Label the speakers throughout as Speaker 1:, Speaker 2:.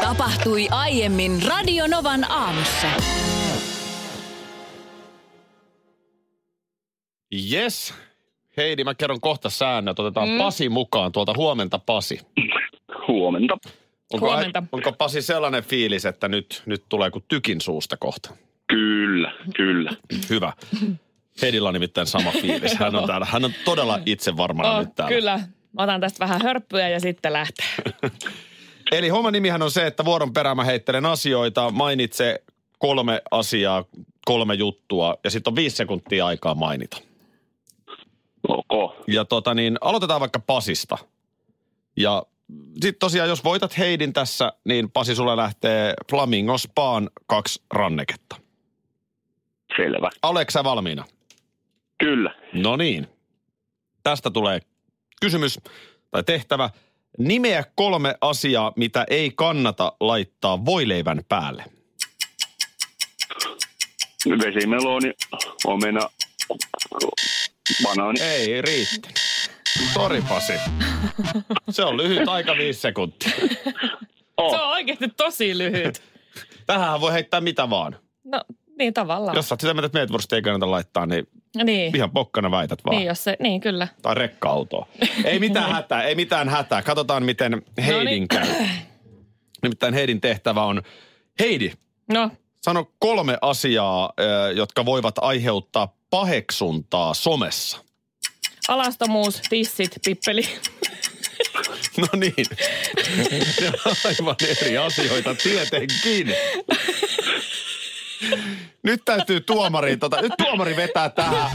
Speaker 1: Tapahtui aiemmin Radionovan aamussa.
Speaker 2: Yes. Heidi, mä kerron kohta säännöt. Otetaan mm. Pasi mukaan tuolta. Huomenta Pasi.
Speaker 3: Huomenta.
Speaker 2: Onko,
Speaker 4: Huomenta.
Speaker 2: onko Pasi sellainen fiilis, että nyt, nyt tulee kuin tykin suusta kohta?
Speaker 3: Kyllä, kyllä.
Speaker 2: Hyvä. Heidillä on nimittäin sama fiilis. Hän on, täällä. Hän on todella itse varmana nyt täällä.
Speaker 5: Oh, kyllä. Mä otan tästä vähän hörppyä ja sitten lähtee.
Speaker 2: Eli homman nimihän on se, että vuoron perään mä heittelen asioita, mainitse kolme asiaa, kolme juttua ja sitten on viisi sekuntia aikaa mainita.
Speaker 3: Ok.
Speaker 2: Ja tota niin, aloitetaan vaikka Pasista. Ja sitten tosiaan, jos voitat Heidin tässä, niin Pasi sulle lähtee Flamingo Spaan kaksi ranneketta.
Speaker 3: Selvä.
Speaker 2: Aleks, sä valmiina?
Speaker 3: Kyllä.
Speaker 2: No niin. Tästä tulee kysymys tai tehtävä. Nimeä kolme asiaa, mitä ei kannata laittaa voileivän päälle.
Speaker 3: Vesimeloni, omena, banaani.
Speaker 2: Ei riitti. Sori Pasi. Se on lyhyt aika viisi sekuntia. Oh.
Speaker 5: Se on oikeasti tosi lyhyt.
Speaker 2: Tähän voi heittää mitä vaan.
Speaker 5: No niin tavallaan.
Speaker 2: Jos sä oot sitä mieltä, että meetwursti ei kannata laittaa, niin
Speaker 5: niin.
Speaker 2: ihan pokkana väität vaan.
Speaker 5: niin, jos se, niin kyllä.
Speaker 2: Tai rekka-autoa. Ei mitään hätää, ei mitään hätää. Katsotaan, miten
Speaker 5: No niin.
Speaker 2: Heidin käy. Nimittäin Heidin tehtävä on... Heidi,
Speaker 5: No,
Speaker 2: sano kolme asiaa, ö, jotka voivat aiheuttaa paheksuntaa somessa.
Speaker 5: alastomuus, tissit, pippeli.
Speaker 2: No niin. Ne on Aivan eri asioita tietenkin. Nyt täytyy tuomari, tota, nyt tuomari vetää tähän.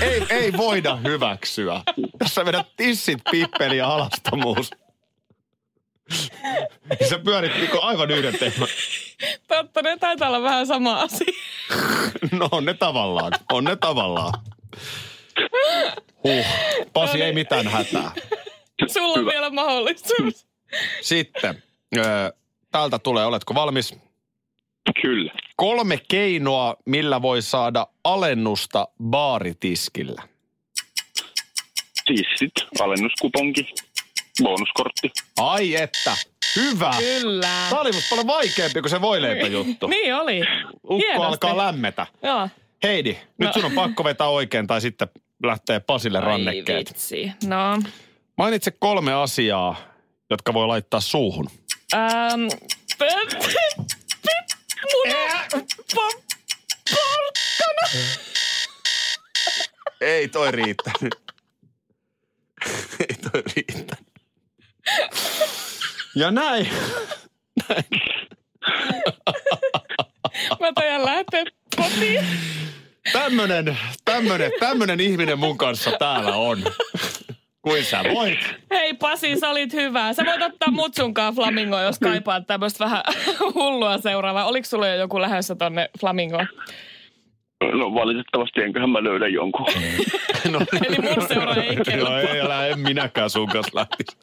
Speaker 2: Ei, ei voida hyväksyä. Jos sä vedät tissit, pippeli ja alastomuus. niin Sä pyörit niinku aivan yhden teeman.
Speaker 5: Totta, ne taitaa olla vähän sama asia.
Speaker 2: No on ne tavallaan, on ne tavallaan. Huh. Pasi, ei mitään hätää.
Speaker 5: Sulla on vielä mahdollisuus.
Speaker 2: Sitten, öö, täältä tulee, oletko valmis?
Speaker 3: Kyllä.
Speaker 2: Kolme keinoa, millä voi saada alennusta baaritiskillä.
Speaker 3: Tissit, Siis alennuskuponki, bonuskortti.
Speaker 2: Ai että, hyvä.
Speaker 5: Kyllä.
Speaker 2: Tämä oli musta paljon vaikeampi kuin se voileipä juttu.
Speaker 5: Niin oli.
Speaker 2: Ukko
Speaker 5: Hienosti.
Speaker 2: alkaa lämmetä.
Speaker 5: Joo.
Speaker 2: Heidi, nyt
Speaker 5: No.
Speaker 2: sun on pakko vetää oikein tai sitten lähtee Pasille rannekkeet.
Speaker 5: Ai vitsi. No,
Speaker 2: Mainitse kolme asiaa, jotka voi laittaa suuhun.
Speaker 5: äm, pö- pö- pö- muna- po-
Speaker 2: Ei toi riittänyt. Ei toi riittänyt. Ja näin.
Speaker 5: Mä tajan lähteä kotiin.
Speaker 2: Tämmönen, tämmönen, tämmönen ihminen mun kanssa täällä on. Kuin sä voit.
Speaker 5: Hei Pasi, sä olit hyvä. Sä voit ottaa mut sunkaan flamingo, jos kaipaat tämmöistä vähän hullua seuraavaa. Oliko sulla jo joku lähdössä tonne flamingoon?
Speaker 3: No valitettavasti enköhän mä löydä jonkun.
Speaker 2: No,
Speaker 5: Eli mun seura ei kelpaa.
Speaker 2: no ei, älä, en minäkään sun kanssa lähtisi.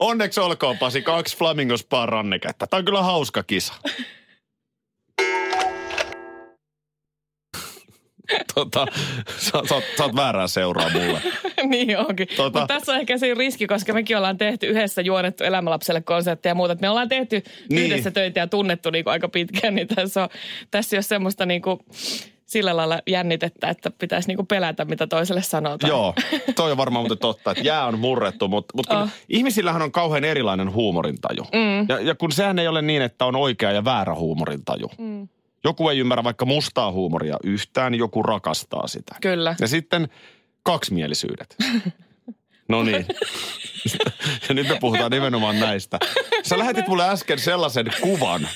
Speaker 2: Onneksi olkoon Pasi, kaksi Flamingo Spaan ranneketta. Tämä on kyllä hauska kisa. Tota, sä, sä, oot- sä oot väärää seuraa mulle.
Speaker 5: niin onkin.
Speaker 2: Tota-
Speaker 5: Tota... Mutta tässä on ehkä siinä riski, koska mekin ollaan tehty yhdessä juonettu elämälapselle konsertteja ja muuta. Et Me ollaan tehty
Speaker 2: Niin.
Speaker 5: niin. yhdessä töitä ja tunnettu niinku aika pitkään, niin tässä, on, tässä ei ole semmoista niinku sillä lailla jännitettä, että pitäisi niinku pelätä, mitä toiselle sanotaan.
Speaker 2: Joo, toi on varmaan muuten totta, että jää on murrettu, mutta, mutta oh.
Speaker 5: Oh.
Speaker 2: ihmisillähän on kauhean erilainen huumorintaju. Mm. Ja, ja kun sehän ei ole niin, että on oikea ja väärä huumorintaju. Mm. Joku ei ymmärrä vaikka mustaa huumoria yhtään, joku rakastaa sitä.
Speaker 5: Kyllä.
Speaker 2: Ja sitten kaksimielisyydet. No niin. Ja nyt me puhutaan nimenomaan näistä. Sä lähetit mulle äsken sellaisen kuvan,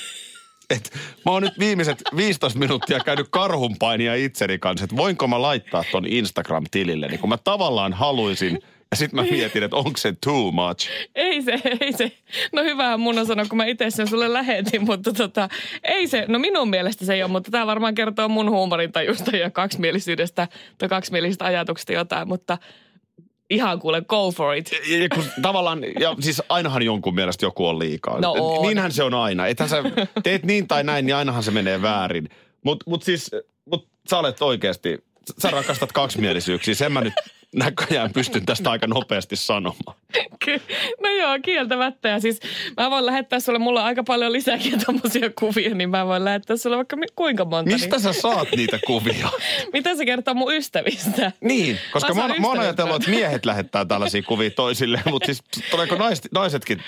Speaker 2: että mä oon nyt viimeiset 15 minuuttia käynyt karhunpainia itseni kanssa, että voinko mä laittaa ton Instagram-tilille, niin kun mä tavallaan haluaisin Ja sit mä mietin, että onko se too much.
Speaker 5: Ei se, ei se. No hyvähän mun on sanoa, kun mä itse sen sulle lähetin, mutta tota, ei se. No minun mielestä se ei ole, mutta tämä varmaan kertoo mun huumorintajusta ja kaksimielisyydestä tai kaksimielisistä ajatuksista jotain, mutta ihan kuule, go for it.
Speaker 2: Ja, ja kun tavallaan, ja siis ainahan jonkun mielestä joku on liikaa.
Speaker 5: No on.
Speaker 2: Niinhän se on aina. Ethän sä teet niin tai näin, niin ainahan se menee väärin. Mutta mut siis, mut sä olet oikeasti, sä rakastat kaksimielisyyksiä. Sen mä nyt näköjään pystyn tästä aika nopeasti sanomaan.
Speaker 5: Ky- No joo, kieltämättä. Ja siis mä voin lähettää sulle, mulla on aika paljon lisääkin tommosia kuvia, niin mä voin lähettää sulle vaikka mi- kuinka monta.
Speaker 2: Mistä sä saat niitä kuvia?
Speaker 5: Niin, mitä se kertoo mun ystävistä?
Speaker 2: Niin, koska
Speaker 5: Mä
Speaker 2: mä,
Speaker 5: saan
Speaker 2: oon- mä oon
Speaker 5: ystäviltä.
Speaker 2: ajatellut, että miehet lähettää tällaisia kuvia toisille, mutta siis tuleeko naiset, naisetkin?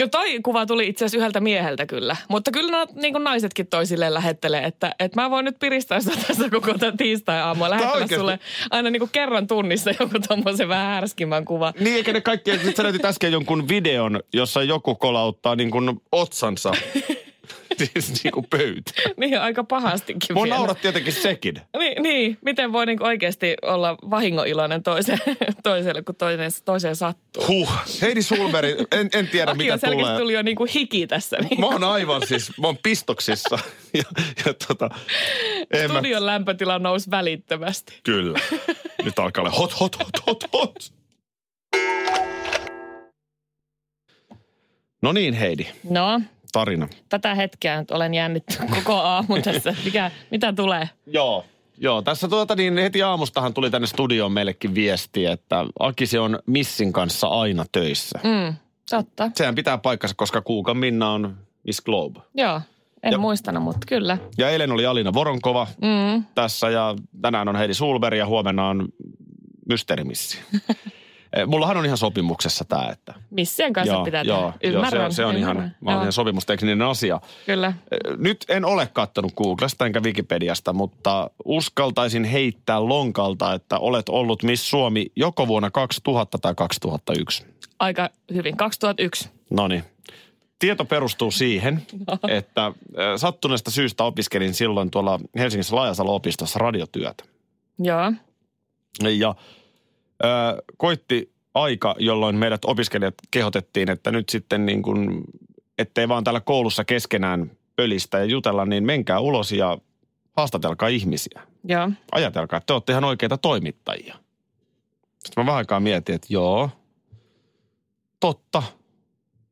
Speaker 5: No toi kuva tuli itse asiassa yhdeltä mieheltä kyllä. Mutta kyllä no, niin kuin naisetkin toisilleen lähettelee, että, että mä voin nyt piristää sitä tässä koko tämän tiistai-aamua. Lähettää
Speaker 2: oikeesti-
Speaker 5: sulle aina niin kuin kerran tunnissa joku tommoisen vähän härskimmän kuva.
Speaker 2: Niin, eikä ne kaikki, sit sä näytit äsken jonkun videon, jossa joku kolauttaa niin kuin otsansa siis niin kuin pöytä.
Speaker 5: Niin aika pahastikin
Speaker 2: Mua
Speaker 5: vielä.
Speaker 2: nauratti jotenkin sekin.
Speaker 5: Niin, niin, miten voi niin oikeasti olla vahingoiloinen toiseen, toiselle, kun toinen, toiseen sattuu.
Speaker 2: Huh. Heidi Sulberg, en, en tiedä
Speaker 5: Aki
Speaker 2: mitä
Speaker 5: on selkeästi
Speaker 2: tulee.
Speaker 5: tuli jo niin kuin hiki tässä. Niin
Speaker 2: Mä oon aivan siis, mä oon pistoksissa. Ja, ja tota, en mä,
Speaker 5: studion lämpötila nousi välittömästi.
Speaker 2: kyllä. Nyt alkaa olla hot, hot, hot, hot, hot. No niin Heidi,
Speaker 5: No,
Speaker 2: tarina.
Speaker 5: tätä hetkeä nyt olen jännittynyt koko aamu tässä. Mikä, mitä tulee?
Speaker 2: Joo. Joo, tässä tuota niin heti aamustahan tuli tänne studioon meillekin viesti, että Akisi on Missin kanssa aina töissä. Mm.
Speaker 5: Totta,
Speaker 2: Sehän pitää paikkansa, koska Kuukan Minna on Miss Globe.
Speaker 5: joo. En
Speaker 2: Ja-
Speaker 5: ja. muistanut, mutta kyllä.
Speaker 2: Ja eilen oli Alina Voronkova
Speaker 5: Mm.
Speaker 2: tässä ja tänään on Heidi Sulberg ja huomenna on Mysteerimissi. Eh, Mullahan on ihan sopimuksessa tämä, että...
Speaker 5: Missien kanssa pitää tehdä. Ymmärrän.
Speaker 2: joo, se, se on
Speaker 5: ymmärrän.
Speaker 2: ihan, mä oon
Speaker 5: Joo,
Speaker 2: ihan sopimustekninen asia.
Speaker 5: Kyllä.
Speaker 2: Eh, Nyt en ole kattonut Googlesta enkä Wikipediasta, mutta uskaltaisin heittää lonkalta, että olet ollut Miss Suomi joko vuonna 2000 tai 2001.
Speaker 5: Aika hyvin. 2001.
Speaker 2: No niin. Tieto perustuu siihen, että eh, sattuneesta syystä opiskelin silloin tuolla Helsingissä Laajasalo-opistossa radiotyötä.
Speaker 5: Joo.
Speaker 2: Ja ö, koitti aika, jolloin meidät opiskelijat kehotettiin, että nyt sitten niin kuin, ettei vaan täällä koulussa keskenään pölistä ja jutella, niin menkää ulos ja haastatelkaa ihmisiä.
Speaker 5: Joo.
Speaker 2: Ajatelkaa, että te olette ihan oikeita toimittajia. Sitten mä vähän aikaa mietin, että joo, totta.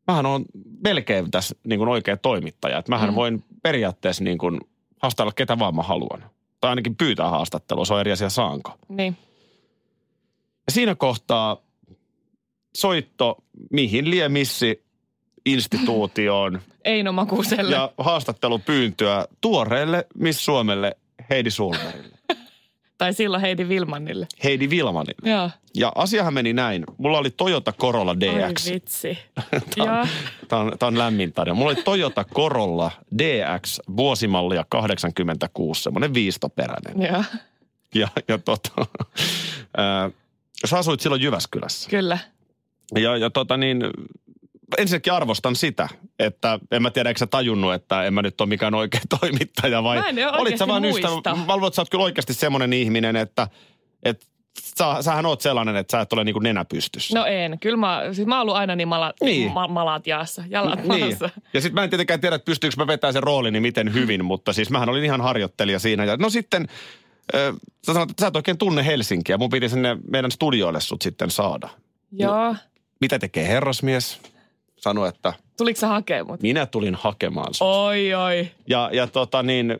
Speaker 2: Mähän on melkein tässä niin kuin oikea toimittaja. Että mähän mm. voin periaatteessa niin kuin haastatella ketä vaan mä haluan. Tai ainakin pyytää haastattelua, se on eri asia saanko.
Speaker 5: Niin.
Speaker 2: Ja siinä kohtaa soitto mihin lie missi instituutioon
Speaker 5: Eino Makuselle.
Speaker 2: ja haastattelupyyntöä tuoreelle Miss Suomelle Heidi Sulmerille,
Speaker 5: Tai silloin Heidi Vilmanille.
Speaker 2: Heidi Vilmanille.
Speaker 5: Joo.
Speaker 2: Ja asiahan meni näin. Mulla oli Toyota Corolla DX.
Speaker 5: Ai vitsi.
Speaker 2: Tämä
Speaker 5: Joo.
Speaker 2: on, tää on, tää on lämmin tarina. Mulla oli Toyota Corolla DX vuosimallia 86, semmoinen viistoperäinen.
Speaker 5: Joo.
Speaker 2: Ja, ja tota, ää, sä asuit silloin Jyväskylässä.
Speaker 5: Kyllä.
Speaker 2: Ja, ja tota niin, ensinnäkin arvostan sitä, että en mä tiedä, eikö sä tajunnut, että en mä nyt ole mikään oikea toimittaja vai...
Speaker 5: Mä en oo
Speaker 2: olit sä
Speaker 5: oikeesti
Speaker 2: vaan
Speaker 5: muista.
Speaker 2: ystävä, mä luulen, että sä oot kyllä oikeasti semmoinen ihminen, että, että sä, sähän oot sellainen, että sä et ole niin kuin nenä pystyssä.
Speaker 5: No en. Kyllä mä, siis mä oon ollut aina niin, mala,
Speaker 2: Niin.
Speaker 5: niin. Ma, malat jaassa, jalat
Speaker 2: Niin.
Speaker 5: maassa.
Speaker 2: Ja sitten mä en tietenkään tiedä, että pystyykö mä vetämään sen roolini miten hyvin, mutta siis mähän olin ihan harjoittelija siinä. Ja no sitten, äh, sä sanoit, että sä et oikein tunne Helsinkiä. Mun piti sinne meidän studioille sut sitten saada.
Speaker 5: Joo.
Speaker 2: Mitä tekee herrasmies? Sano, että
Speaker 5: Tuliko sä hakee mut?
Speaker 2: minä tulin hakemaan sut.
Speaker 5: Oi, oi.
Speaker 2: Ja, ja tota niin,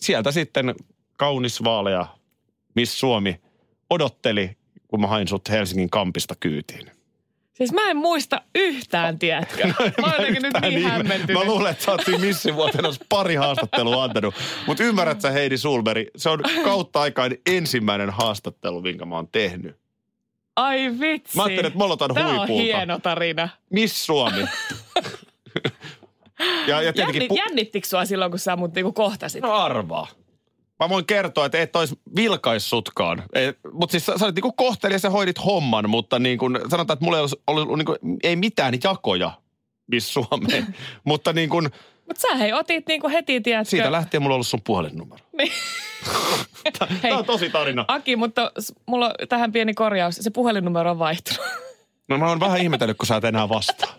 Speaker 2: sieltä sitten kaunis vaalea Miss Suomi odotteli, kun mä hain sut Helsingin kampista kyytiin.
Speaker 5: Siis mä en muista yhtään, tiedätkö?
Speaker 2: No,
Speaker 5: Mä oon jotenkin nyt
Speaker 2: Tää
Speaker 5: niin
Speaker 2: ihme.
Speaker 5: hämmentynyt.
Speaker 2: Mä luulen, että sä oot siinä missin vuotena pari haastattelua antanut. Mutta ymmärrät sä Heidi Sulberg, se on kautta aikain ensimmäinen haastattelu, minkä mä oon tehnyt.
Speaker 5: Ai vitsi.
Speaker 2: Mä ajattelin, että mä aloitan
Speaker 5: Tää on
Speaker 2: huipulta.
Speaker 5: hieno tarina.
Speaker 2: Miss Suomi. ja, ja tietenkin...
Speaker 5: Jänni, Jännittikö sua silloin, kun sä mut niinku kohtasit?
Speaker 2: No arvaa. Mä voin kertoa, että et ois vilkaissutkaan. Mutta siis sä, sä olit niinku kohtelias ja hoidit homman, mutta niin kun, sanotaan, niinku, että mulla ei ollut, ollut niinku, ei mitään jakoja Miss Suomeen. mutta niin kun,
Speaker 5: Mutta sä hei otit niinku heti, tiedätkö?
Speaker 2: Siitä lähtien mulla on ollut sun puhelinnumero.
Speaker 5: Niin. Hei,
Speaker 2: Tämä on tosi tarina.
Speaker 5: Aki, mutta s- mulla on tähän pieni korjaus. Se puhelinnumero on vaihtunut.
Speaker 2: No mä oon vähän ihmetellyt, kun sä et enää vastaa. No,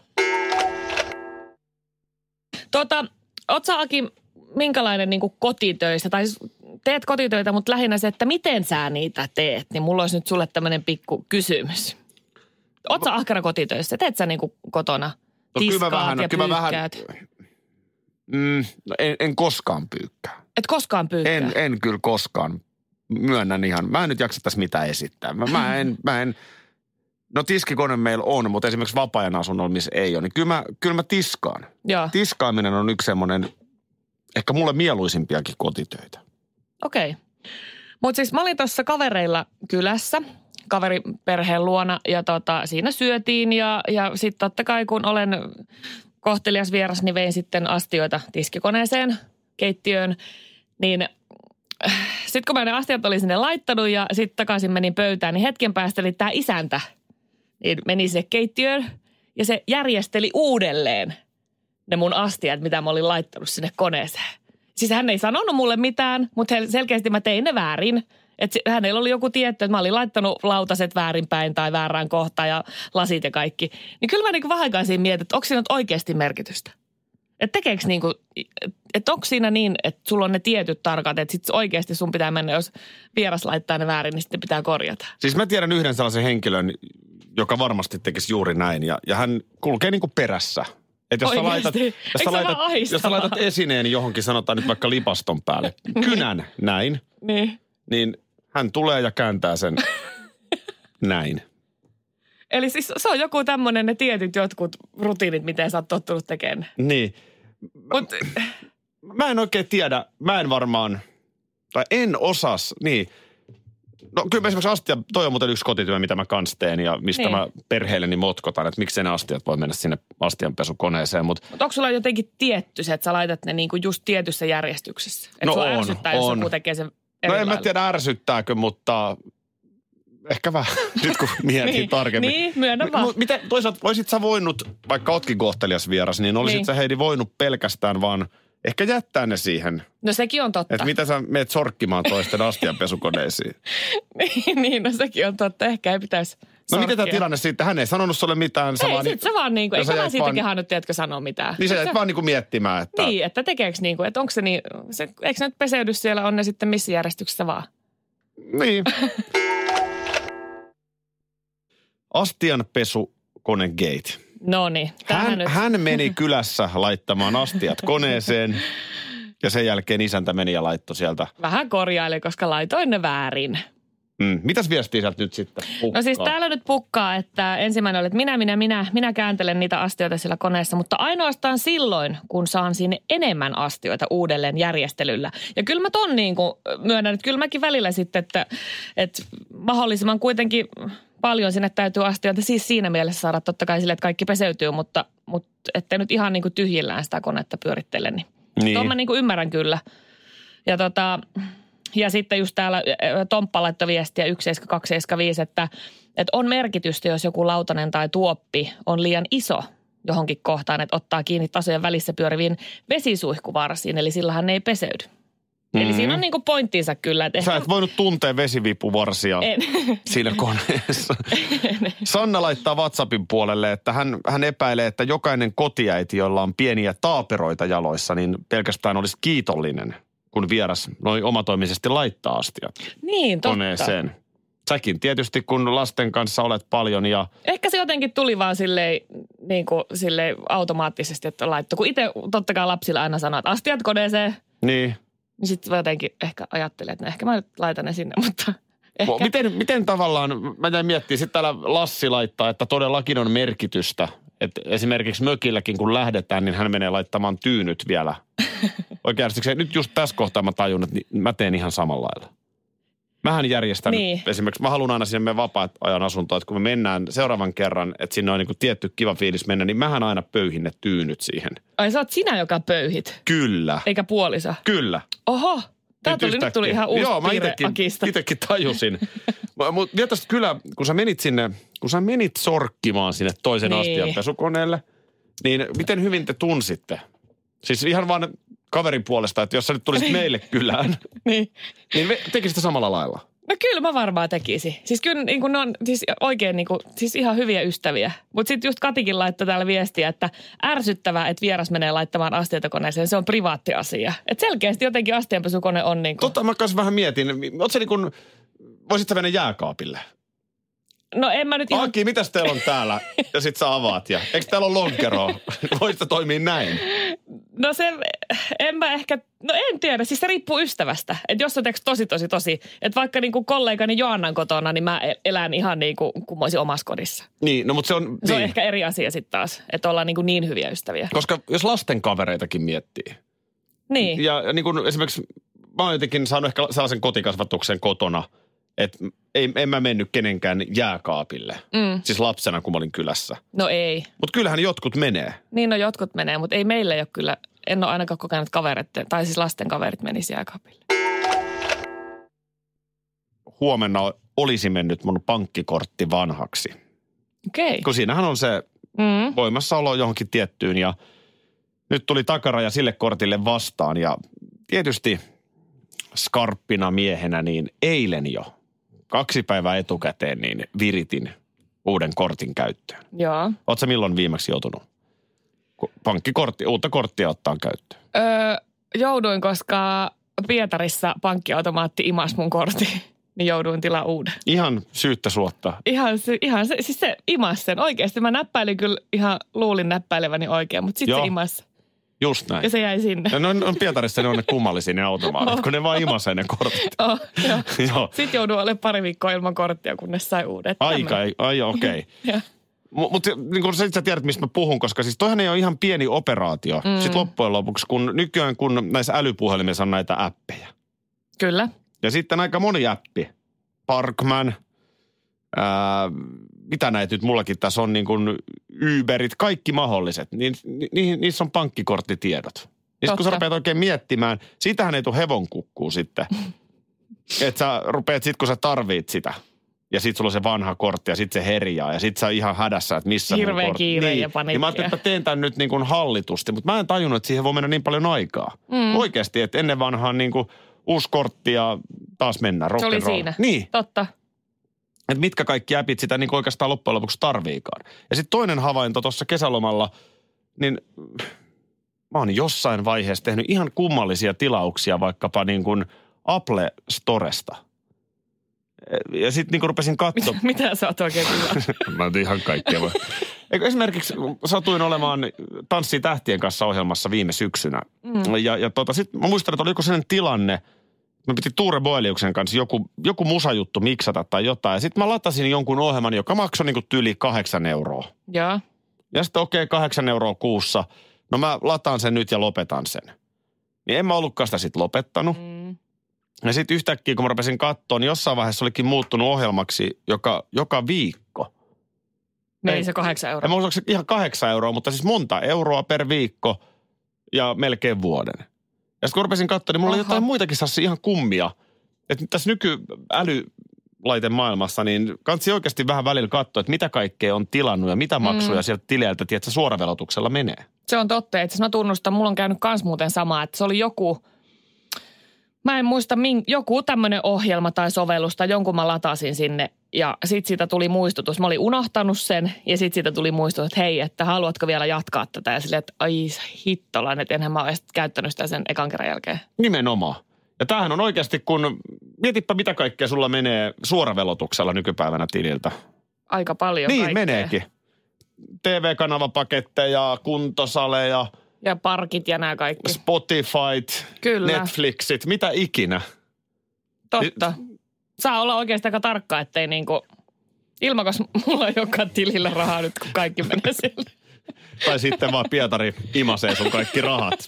Speaker 5: Tota, oot sä Aki, minkälainen niin kotitöistä? Tai siis teet kotitöitä, mutta lähinnä se, että miten sä niitä teet, niin mulla olisi nyt sulle tämmöinen pikku kysymys. Oot sä ahkera kotitöissä? Teet sä niin kotona?
Speaker 2: No kyllä mä
Speaker 5: Tiskaat
Speaker 2: vähän- no
Speaker 5: ja
Speaker 2: kyllä mä vähän-
Speaker 5: pyykkäät?
Speaker 2: Mm, no en, en koskaan pyykkää.
Speaker 5: Et koskaan pyykkää?
Speaker 2: En, en kyllä koskaan. Myönnän ihan. Mä en nyt jaksa tässä mitään esittää. Mä, mä, en, mä en, no tiskikone meillä on, mutta esimerkiksi vapaa-ajan asunnolla, missä ei ole, niin kyllä mä, kyllä mä tiskaan.
Speaker 5: Joo,
Speaker 2: Tiskaaminen on yksi semmoinen, ehkä mulle mieluisimpiakin kotitöitä.
Speaker 5: okei. Okay. Mutta siis mä olin tuossa kavereilla kylässä, kaveriperheen luona ja tota, siinä syötiin ja, ja sitten totta kai kun olen kohtelias vieras, niin vein sitten astioita tiskikoneeseen, keittiöön, niin sitten kun mä ne astiat olin sinne laittanut ja sitten takaisin menin pöytään, niin hetken päästä oli tämä isäntä. Niin meni sinne keittiöön ja se järjesteli uudelleen ne mun astiat, mitä mä olin laittanut sinne koneeseen. Siis hän ei sanonut mulle mitään, mutta sel- selkeästi mä tein ne väärin. Et se- hänellä oli joku tietty, että mä olin laittanut lautaset väärinpäin tai väärään kohtaan ja lasit ja kaikki. Niin kyllä mä niinku vähän aikaa siinä mietin, että onko siinä nyt oikeasti merkitystä. Että tekeekö niinku, että onko siinä niin, että sulla on ne tietyt tarkat, että sit oikeasti sun pitää mennä, jos vieras laittaa ne väärin, niin sitten pitää korjata.
Speaker 2: Siis mä tiedän yhden sellaisen henkilön, joka varmasti tekisi juuri näin. Ja, ja hän kulkee niinku perässä. Et jos, sä
Speaker 5: Oikeesti?
Speaker 2: laitat, jos,
Speaker 5: Eikö
Speaker 2: sä
Speaker 5: se
Speaker 2: laitat,
Speaker 5: vähän
Speaker 2: jos sä
Speaker 5: ahistavaa?
Speaker 2: laitat esineen johonkin, sanotaan nyt vaikka lipaston päälle, kynän näin,
Speaker 5: Niin.
Speaker 2: niin hän tulee ja kääntää sen näin.
Speaker 5: Eli siis se on joku tämmöinen ne tietyt jotkut rutiinit, miten sä oot tottunut tekemään.
Speaker 2: Niin.
Speaker 5: Mut,
Speaker 2: Mä en oikein tiedä, mä en varmaan, tai en osas, niin. No kyllä mä esimerkiksi astia, toi on muuten yksi kotityö, mitä mä kans teen ja mistä
Speaker 5: Niin.
Speaker 2: niin. mä perheelleni motkotan, että miksei ne astiat voi mennä sinne astianpesukoneeseen, No, mutta
Speaker 5: Mutta onko sulla jotenkin tietty se, että sä laitat ne niinku just tietyssä järjestyksessä? Että
Speaker 2: No
Speaker 5: sua
Speaker 2: on,
Speaker 5: ärsyttää, jos
Speaker 2: on.
Speaker 5: joku tekee sen eri
Speaker 2: No en mä
Speaker 5: lailla?
Speaker 2: tiedä ärsyttääkö, mutta ehkä vähän nyt kun mietin
Speaker 5: Niin,
Speaker 2: tarkemmin.
Speaker 5: niin, myönnä
Speaker 2: M-
Speaker 5: vaan.
Speaker 2: mut Miten, toisaalta olisit sä voinut, vaikka ootkin kohtelias vieras, niin olisit
Speaker 5: Niin.
Speaker 2: niin. sä Heidi voinut pelkästään vaan ehkä jättää ne siihen.
Speaker 5: No sekin on totta.
Speaker 2: Että mitä sä meet sorkkimaan toisten astianpesukoneisiin.
Speaker 5: niin, niin, no sekin on totta. Ehkä ei pitäisi
Speaker 2: No
Speaker 5: sorkkia.
Speaker 2: miten tämä tilanne sitten? Hän ei sanonut sulle mitään. Sä
Speaker 5: Ei,
Speaker 2: vaan,
Speaker 5: sit sä vaan niinku,
Speaker 2: ja
Speaker 5: eikä
Speaker 2: sä
Speaker 5: mä
Speaker 2: jäät
Speaker 5: siitäkin
Speaker 2: vaan-
Speaker 5: vaan... hannut, tiedätkö, sanoa mitään.
Speaker 2: Niin sä jäät vaan niinku miettimään, että...
Speaker 5: Niin, että tekeekö niinku, että onko se niin, se, eikö ne nyt peseydy siellä, on ne sitten missä järjestyksessä vaan.
Speaker 2: Niin. Astianpesukone gate.
Speaker 5: No niin, tähän
Speaker 2: Hän,
Speaker 5: nyt.
Speaker 2: hän meni kylässä laittamaan astiat koneeseen ja sen jälkeen isäntä meni ja laittoi sieltä.
Speaker 5: Vähän korjaili, koska laitoin ne väärin.
Speaker 2: Mm. Mitäs viestiä sieltä nyt sitten
Speaker 5: No siis
Speaker 2: pukkaa?
Speaker 5: täällä nyt pukkaa, että ensimmäinen oli, että minä, minä, minä, minä kääntelen niitä astioita siellä koneessa, mutta ainoastaan silloin, kun saan sinne enemmän astioita uudelleen järjestelyllä. Ja kyllä mä ton niin kuin myönnän, että kyllä mäkin välillä sitten, että, että mahdollisimman kuitenkin paljon sinne täytyy astioita. Siis siinä mielessä saada totta kai sille, että kaikki peseytyy, mutta, mutta ettei nyt ihan niin kuin tyhjillään sitä konetta pyörittele, niin niin. Tuon mä niin kuin ymmärrän kyllä. Ja, tota, ja sitten just täällä ö, Tomppa laittoi viestiä 17275, että, että on merkitystä, jos joku lautanen tai tuoppi on liian iso johonkin kohtaan, että ottaa kiinni tasojen välissä pyöriviin vesisuihkuvarsiin, eli sillähän ne ei peseydy. Mm-hmm. Eli siinä on niin kuin pointtinsa kyllä. Että
Speaker 2: Mhm. Sä
Speaker 5: ehkä,
Speaker 2: et voinut tuntea vesivipuvarsia
Speaker 5: en,
Speaker 2: siinä koneessa. Sanna laittaa WhatsAppin puolelle, että hän, hän epäilee, että jokainen kotiäiti, jolla on pieniä taaperoita jaloissa, niin pelkästään olisi kiitollinen, kun vieras noin omatoimisesti laittaa astiat
Speaker 5: niin, totta.
Speaker 2: koneeseen. Säkin tietysti, kun lasten kanssa olet paljon ja
Speaker 5: Ehkä se jotenkin tuli vaan silleen, niin kuin, silleen automaattisesti, että laittoi. Kun itse totta kai lapsilla aina sanoo, että astiat koneeseen,
Speaker 2: niin,
Speaker 5: Niin sitten mä jotenkin ehkä ajattelin, että no ehkä mä nyt laitan ne sinne, mutta ehkä.
Speaker 2: Ehkä. Miten, miten tavallaan, mä jäin miettimään, sitten täällä Lassi laittaa, että todellakin on merkitystä. Että esimerkiksi mökilläkin kun lähdetään, niin hän menee laittamaan tyynyt vielä. Oikeasti se- nyt just tässä kohtaa mä tajun, että ni- mä teen ihan samalla lailla. Mähän järjestän
Speaker 5: Niin.
Speaker 2: niin. esimerkiksi, mä haluan aina sinne meidän vapaa-ajan asuntoon, että kun me mennään seuraavan kerran, että sinne on niin kuin tietty kiva fiilis mennä, niin mähän aina pöyhin ne tyynyt siihen.
Speaker 5: Ai sä oot sinä, joka pöyhit,
Speaker 2: Kyllä,
Speaker 5: eikä puolisa.
Speaker 2: kyllä.
Speaker 5: Oho, tää tuli, nyt tuli
Speaker 2: Niin, yhtäkkiä.
Speaker 5: ihan uusi
Speaker 2: Joo, mä
Speaker 5: piirre
Speaker 2: itekin,
Speaker 5: Akista.
Speaker 2: itekin tajusin. Mutta vietästä kyllä, kun sä menit sinne, kun sä menit sorkkimaan sinne toisen
Speaker 5: Niin.
Speaker 2: niin. astian pesukoneelle, niin miten hyvin te tunsitte Siis ihan vaan kaverin puolesta, että jos sä nyt tulisit meille kylään,
Speaker 5: Niin.
Speaker 2: niin me- tekisitte samalla lailla.
Speaker 5: No kyllä mä varmaan tekisin. Siis kyllä niin kuin ne on siis oikein niin kuin, siis ihan hyviä ystäviä. Mutta sitten just Katikin laittoi täällä viestiä, että ärsyttävää, että vieras menee laittamaan asteita koneeseen. Se on privaatti asia. Et selkeästi jotenkin astianpesukone on niin kuin,
Speaker 2: Totta, mä kanssa vähän mietin. Oot se niin kuin, voisit sä mennä jääkaapille?
Speaker 5: No en mä nyt ihan...
Speaker 2: Aki, mitäs teillä on täällä? Ja sit sä avaat ja, eikö täällä ole lonkeroa? Voisit sä toimia näin?
Speaker 5: No se, en mä ehkä, no en tiedä, siis se riippuu ystävästä. Että jos on tiiäks, tosi, tosi, tosi, että vaikka niinku kollegani Joannan kotona, niin mä el- elän ihan niin kuin, kuin mä olisin omassa kodissa.
Speaker 2: Niin, no mutta se on,
Speaker 5: Se
Speaker 2: niin.
Speaker 5: on ehkä eri asia sitten taas, että ollaan niinku niin hyviä ystäviä.
Speaker 2: Koska jos lasten kavereitakin miettii.
Speaker 5: Niin,
Speaker 2: Ja, ja niin kuin esimerkiksi mä oon jotenkin saanut ehkä sellaisen kotikasvatuksen kotona, että ei, en mä mennyt kenenkään jääkaapille. Mm. Siis lapsena, kun mä olin kylässä.
Speaker 5: no ei.
Speaker 2: Mutta kyllähän jotkut menee.
Speaker 5: Niin no jotkut menee, mutta ei meillä ole kyllä, en ole ainakaan kokenut että kaverit, tai siis lasten kaverit menisi jääkaapille.
Speaker 2: Huomenna olisi mennyt mun pankkikortti vanhaksi.
Speaker 5: Okei. Okay.
Speaker 2: Kun siinähän on se
Speaker 5: Mm.
Speaker 2: voimassaolo johonkin tiettyyn ja nyt tuli takaraja sille kortille vastaan ja tietysti skarppina miehenä niin eilen jo kaksi päivää etukäteen niin viritin uuden kortin käyttöön.
Speaker 5: Joo.
Speaker 2: Oletko milloin viimeksi joutunut ku- pankkikortti, uutta korttia ottaa käyttöön?
Speaker 5: Öö, jouduin, koska Pietarissa pankkiautomaatti imas mun kortin, niin jouduin tilaa uuden.
Speaker 2: Ihan syyttä suotta.
Speaker 5: Ihan, se, ihan se, siis se imas sen oikeasti. Mä näppäilin kyllä ihan, luulin näppäileväni oikein, mutta sitten
Speaker 2: Joo.
Speaker 5: se imas
Speaker 2: Just näin.
Speaker 5: ja se jäi sinne.
Speaker 2: No, no Pietarissa ne on ne kummallisia ne automaatit, kun ne vaan imasee ne kortit.
Speaker 5: Oh, joo.
Speaker 2: Joo.
Speaker 5: Sitten jouduin olemaan pari viikkoa ilman korttia, kunnes sai uudet.
Speaker 2: Aika, ei- ai okei. Okay.
Speaker 5: Ja,
Speaker 2: Mutta mut, niin kun sä itse tiedät, mistä mä puhun, koska siis toihan ei ole ihan pieni operaatio. Mm. Sitten loppujen lopuksi, kun nykyään kun näissä älypuhelimissa on näitä appeja.
Speaker 5: kyllä.
Speaker 2: Ja sitten aika moni appi. Parkman, ää, mitä näitä nyt mullakin tässä on, niin kun Uberit, kaikki mahdolliset. Niin, ni, ni, niissä on pankkikorttitiedot. Niin sit kun
Speaker 5: Totta.
Speaker 2: sä rupeat oikein miettimään, siitähän ei tule hevon kukkuu sitten. että sä rupeat sit, kun sä tarvit sitä. Ja sit sulla on se vanha kortti ja sit se herjaa ja sit sä oot ihan hädässä, että missä mun
Speaker 5: Hirveä
Speaker 2: kortti-
Speaker 5: kiire
Speaker 2: niin.
Speaker 5: ja paniikki.
Speaker 2: Ja mä ajattelin, että mä teen tämän nyt niin kuin hallitusti, mutta mä en tajunnut, että siihen voi mennä niin paljon aikaa. Mm. Oikeasti, että ennen vanhaan niin kuin uusi kortti ja taas mennään rock
Speaker 5: Se oli
Speaker 2: and roll.
Speaker 5: siinä.
Speaker 2: Niin,
Speaker 5: Totta.
Speaker 2: että mitkä kaikki appit sitä niin kuin oikeastaan loppujen lopuksi tarviikaan. Ja sitten toinen havainto tuossa kesälomalla, niin mä oon jossain vaiheessa tehnyt ihan kummallisia tilauksia vaikkapa niin kuin Apple Storesta. Ja sitten niin kuin rupesin
Speaker 5: Mitä,
Speaker 2: katsomaan.
Speaker 5: mitä sä oot oikein tilaa?
Speaker 2: Mä nyt ihan kaikkea voi. Eikö esimerkiksi satuin olemaan Tanssi tähtien kanssa ohjelmassa viime syksynä. Mm. Ja, ja tota, sit mä muistan, että oli joku sellainen tilanne, me piti Tuure Boeliuksen kanssa joku, joku musajuttu miksata tai jotain. Ja sitten mä latasin jonkun ohjelman, joka maksoi niinku tyyli kahdeksan euroa.
Speaker 5: Joo.
Speaker 2: Ja sitten okei, okay, kahdeksan euroa kuussa. No mä lataan sen nyt ja lopetan sen. Niin en mä ollutkaan sitä sitten lopettanut.
Speaker 5: Mm.
Speaker 2: Ja sitten yhtäkkiä, kun mä rupesin katsoa, niin jossain vaiheessa olikin muuttunut ohjelmaksi joka, joka viikko.
Speaker 5: Meni
Speaker 2: Ei.
Speaker 5: se kahdeksan
Speaker 2: En
Speaker 5: euroa.
Speaker 2: mä muista, onko se ihan kahdeksan euroa, mutta siis monta euroa per viikko ja melkein vuoden. Ja sitten kun rupesin katsoa, niin mulla oli
Speaker 5: Oho.
Speaker 2: jotain muitakin sassi ihan kummia. Että tässä nykyälylaiten maailmassa, niin kansi oikeasti vähän välillä katsoa, että mitä kaikkea on tilannut ja mitä maksuja sieltä tileiltä, tiedätkö, suoravelotuksella menee.
Speaker 5: Se on totta. Itse asiassa mä tunnustan, mulla on käynyt kans muuten sama, että se oli joku, mä en muista, min, joku tämmöinen ohjelma tai sovellus tai jonkun mä latasin sinne ja sit siitä tuli muistutus. Mä olin unohtanut sen ja sit siitä tuli muistutus, että hei, että haluatko vielä jatkaa tätä ja silleen, että ai hittolan, että enhän mä ole käyttänyt sitä sen ekan kerran jälkeen.
Speaker 2: Nimenomaan. Ja tämähän on oikeasti, kun mietipä mitä kaikkea sulla menee suoravelotuksella nykypäivänä tililtä.
Speaker 5: Aika paljon
Speaker 2: niin,
Speaker 5: kaikkea.
Speaker 2: meneekin. TV-kanavapaketteja, kuntosaleja –
Speaker 5: Ja parkit ja nämä kaikki.
Speaker 2: Spotifyt,
Speaker 5: Niin. Kyllä.
Speaker 2: Netflixit, mitä ikinä.
Speaker 5: Totta. Saa olla oikeastaan aika tarkka, ettei niinku... Ilmakas mulla ei olekaan tilillä rahaa nyt, kun kaikki menee sille.
Speaker 2: Tai sitten vaan Pietari imasee sun kaikki rahat.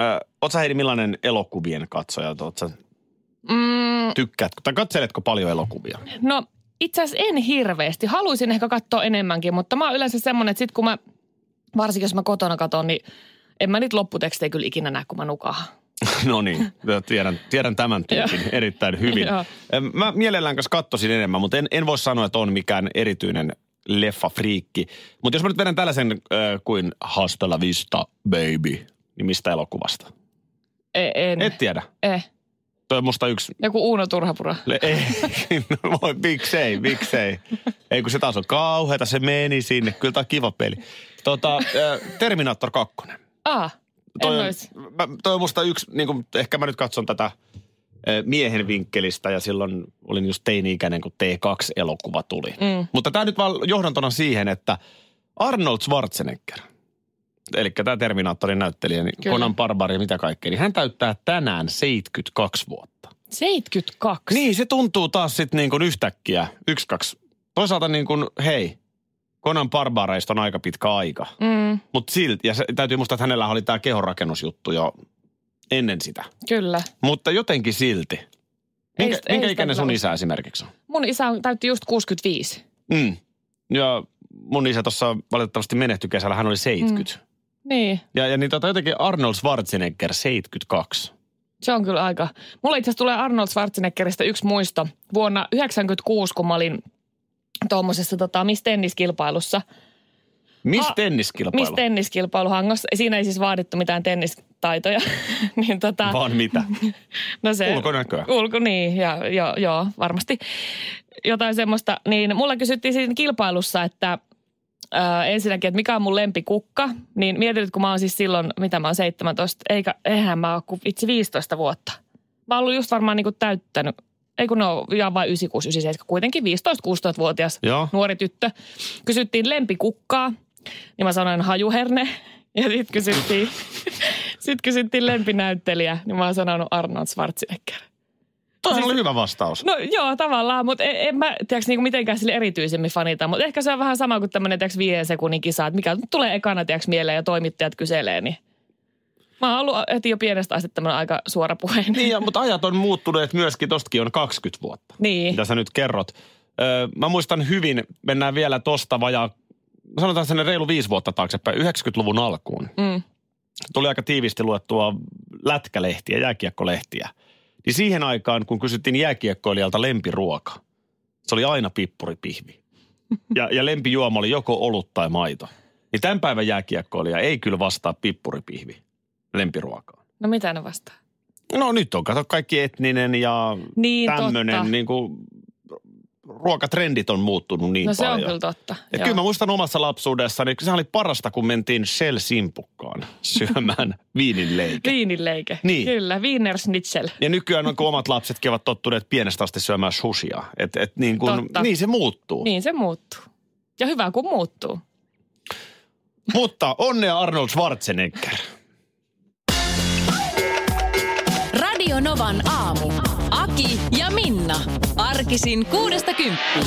Speaker 2: Ö, Oot sä Heidi millainen elokuvien katsoja? Oot sä,
Speaker 5: Mm,
Speaker 2: tykkäätkö tai katseletko paljon elokuvia?
Speaker 5: no itse asiassa en hirveästi. Haluaisin ehkä katsoa enemmänkin, mutta mä oon yleensä semmonen, että sit kun mä, varsinkin jos mä kotona katon, niin en mä niitä lopputekstejä kyllä ikinä näe, kun mä nukahan.
Speaker 2: No niin, tiedän, tiedän tämän tyypin erittäin hyvin.
Speaker 5: Joo.
Speaker 2: Ö, Mä mielellään kanssa katsoisin enemmän, mutta en, en voi sanoa, että on mikään erityinen leffafriikki. Mutta jos mä nyt vedän tällaisen äh, kuin Hasta la vista, baby, niin mistä elokuvasta?
Speaker 5: E, en.
Speaker 2: Et tiedä.
Speaker 5: Eh.
Speaker 2: Toi on musta yksi...
Speaker 5: Joku Uuno Turhapura.
Speaker 2: Le- ei, no voi, miksei, miksei. Ei kun se taas on kauheata, se meni sinne. Kyllä tää on kiva peli. Tota, äh, Terminaattor 2.
Speaker 5: Ah, en
Speaker 2: on,
Speaker 5: ois.
Speaker 2: mä, toi on musta yksi, niin kuin, ehkä mä nyt katson tätä äh, miehen vinkkelistä ja silloin olin just teini-ikäinen, kun T2-elokuva tuli.
Speaker 5: Mm.
Speaker 2: Mutta tämä nyt vaan johdantona siihen, että Arnold Schwarzenegger, eli tämä Terminaattorin näyttelijä, niin
Speaker 5: Kyllä.
Speaker 2: Conan Barbari ja mitä kaikkea, niin hän täyttää tänään 72 vuotta.
Speaker 5: 72.
Speaker 2: Niin, se tuntuu taas sitten niin kuin yhtäkkiä, yksi, kaksi. Toisaalta niin kuin, hei, Conan Barbareista on aika pitkä aika.
Speaker 5: Mm,
Speaker 2: Mutta silti, ja se, täytyy muistaa, että hänellä oli tämä kehonrakennusjuttu jo ennen sitä.
Speaker 5: kyllä.
Speaker 2: Mutta jotenkin silti. Minkä,
Speaker 5: Ei- ei
Speaker 2: minkä
Speaker 5: sitä
Speaker 2: ikäinen sun
Speaker 5: kyllä
Speaker 2: isä esimerkiksi on?
Speaker 5: Mun isä on- täytti just 65.
Speaker 2: Mm. Ja mun isä tuossa valitettavasti menehtyi kesällä, hän oli 70. Mm.
Speaker 5: Niin,
Speaker 2: Ja, ja niin tota jotenkin Arnold Schwarzenegger 72.
Speaker 5: se on kyllä aika. Mulla itse asiassa tulee Arnold Schwarzeneggeristä yksi muisto. Vuonna 96, kun mä olin tuommoisessa tota, Miss Tennis-kilpailussa.
Speaker 2: Miss
Speaker 5: Ha-
Speaker 2: tenniskilpailu?
Speaker 5: Ah, Miss Tennis-kilpailu Hangossa. Siinä ei siis vaadittu mitään tennistaitoja. niin tota,
Speaker 2: Vaan mitä?
Speaker 5: no se,
Speaker 2: Ulkonäköä.
Speaker 5: Ulko, niin, ja, ja, joo, varmasti jotain semmoista. Niin mulla kysyttiin siinä kilpailussa, että ää, ensinnäkin, että mikä on mun lempikukka. Niin mietin nyt, kun mä oon siis silloin, mitä mä oon 17, eikä, eihän mä oon kuin vitsi 15 vuotta. Mä oon ollut just varmaan niinku täyttänyt, ei kun no, ja vain 96, 97, kuitenkin 15-16-vuotias
Speaker 2: Joo.
Speaker 5: nuori tyttö. Kysyttiin lempikukkaa, niin mä sanoin hajuverne. Ja sitten kysyttiin, sit kysyttiin lempinäyttelijä, niin mä oon sanonut Arnold Schwarzenegger.
Speaker 2: Toihan oli hyvä vastaus.
Speaker 5: No joo, tavallaan, mutta en, en mä tiedäks, niinku mitenkään sille erityisemmin fanita. Mutta ehkä se on vähän sama kuin tämmöinen tiedäks, viiden sekunnin kisa, että mikä tulee ekana tiedäks, mieleen ja toimittajat kyselee. Niin. Mä oon ollut heti jo pienestä asti tämmöinen aika suorapuheinen.
Speaker 2: Niin, ja, mutta ajat on muuttuneet myöskin, tostakin on 20 vuotta.
Speaker 5: niin.
Speaker 2: mitä sä nyt kerrot. Öö, mä muistan hyvin, mennään vielä tosta vajaa, sanotaan sen reilu viisi vuotta taaksepäin, 90-luvun alkuun.
Speaker 5: Mm.
Speaker 2: Tuli aika tiivisti luettua lätkälehtiä, jääkiekkolehtiä. Niin siihen aikaan, kun kysyttiin jääkiekkoilijalta lempiruoka, se oli aina pippuripihvi. Ja, ja lempijuoma oli joko olut tai maito. Niin tämän päivän jääkiekkoilija ei kyllä vastaa pippuripihvi lempiruokaan.
Speaker 5: No mitä ne vastaa?
Speaker 2: No nyt on, kato kaikki etninen ja
Speaker 5: Niin totta.
Speaker 2: tämmöinen niin kuin, ruokatrendit on muuttunut niin
Speaker 5: no se
Speaker 2: paljon.
Speaker 5: on kyllä totta.
Speaker 2: ja
Speaker 5: joo.
Speaker 2: kyllä mä muistan omassa lapsuudessani, niin se oli parasta, kun mentiin Shell Simpukkaan syömään viininleikä.
Speaker 5: Viinileike.
Speaker 2: Niin.
Speaker 5: Kyllä, Wiener Schnitzel.
Speaker 2: Ja nykyään on, kun omat lapsetkin ovat tottuneet pienestä asti syömään sushia. Et, et niin, kun,
Speaker 5: Totta.
Speaker 2: niin se muuttuu.
Speaker 5: Niin se muuttuu. Ja hyvä kun muuttuu.
Speaker 2: Mutta onnea Arnold Schwarzenegger.
Speaker 1: Radio Novan aamu. Aki ja Minna. Arkisin kuudesta kymppiin.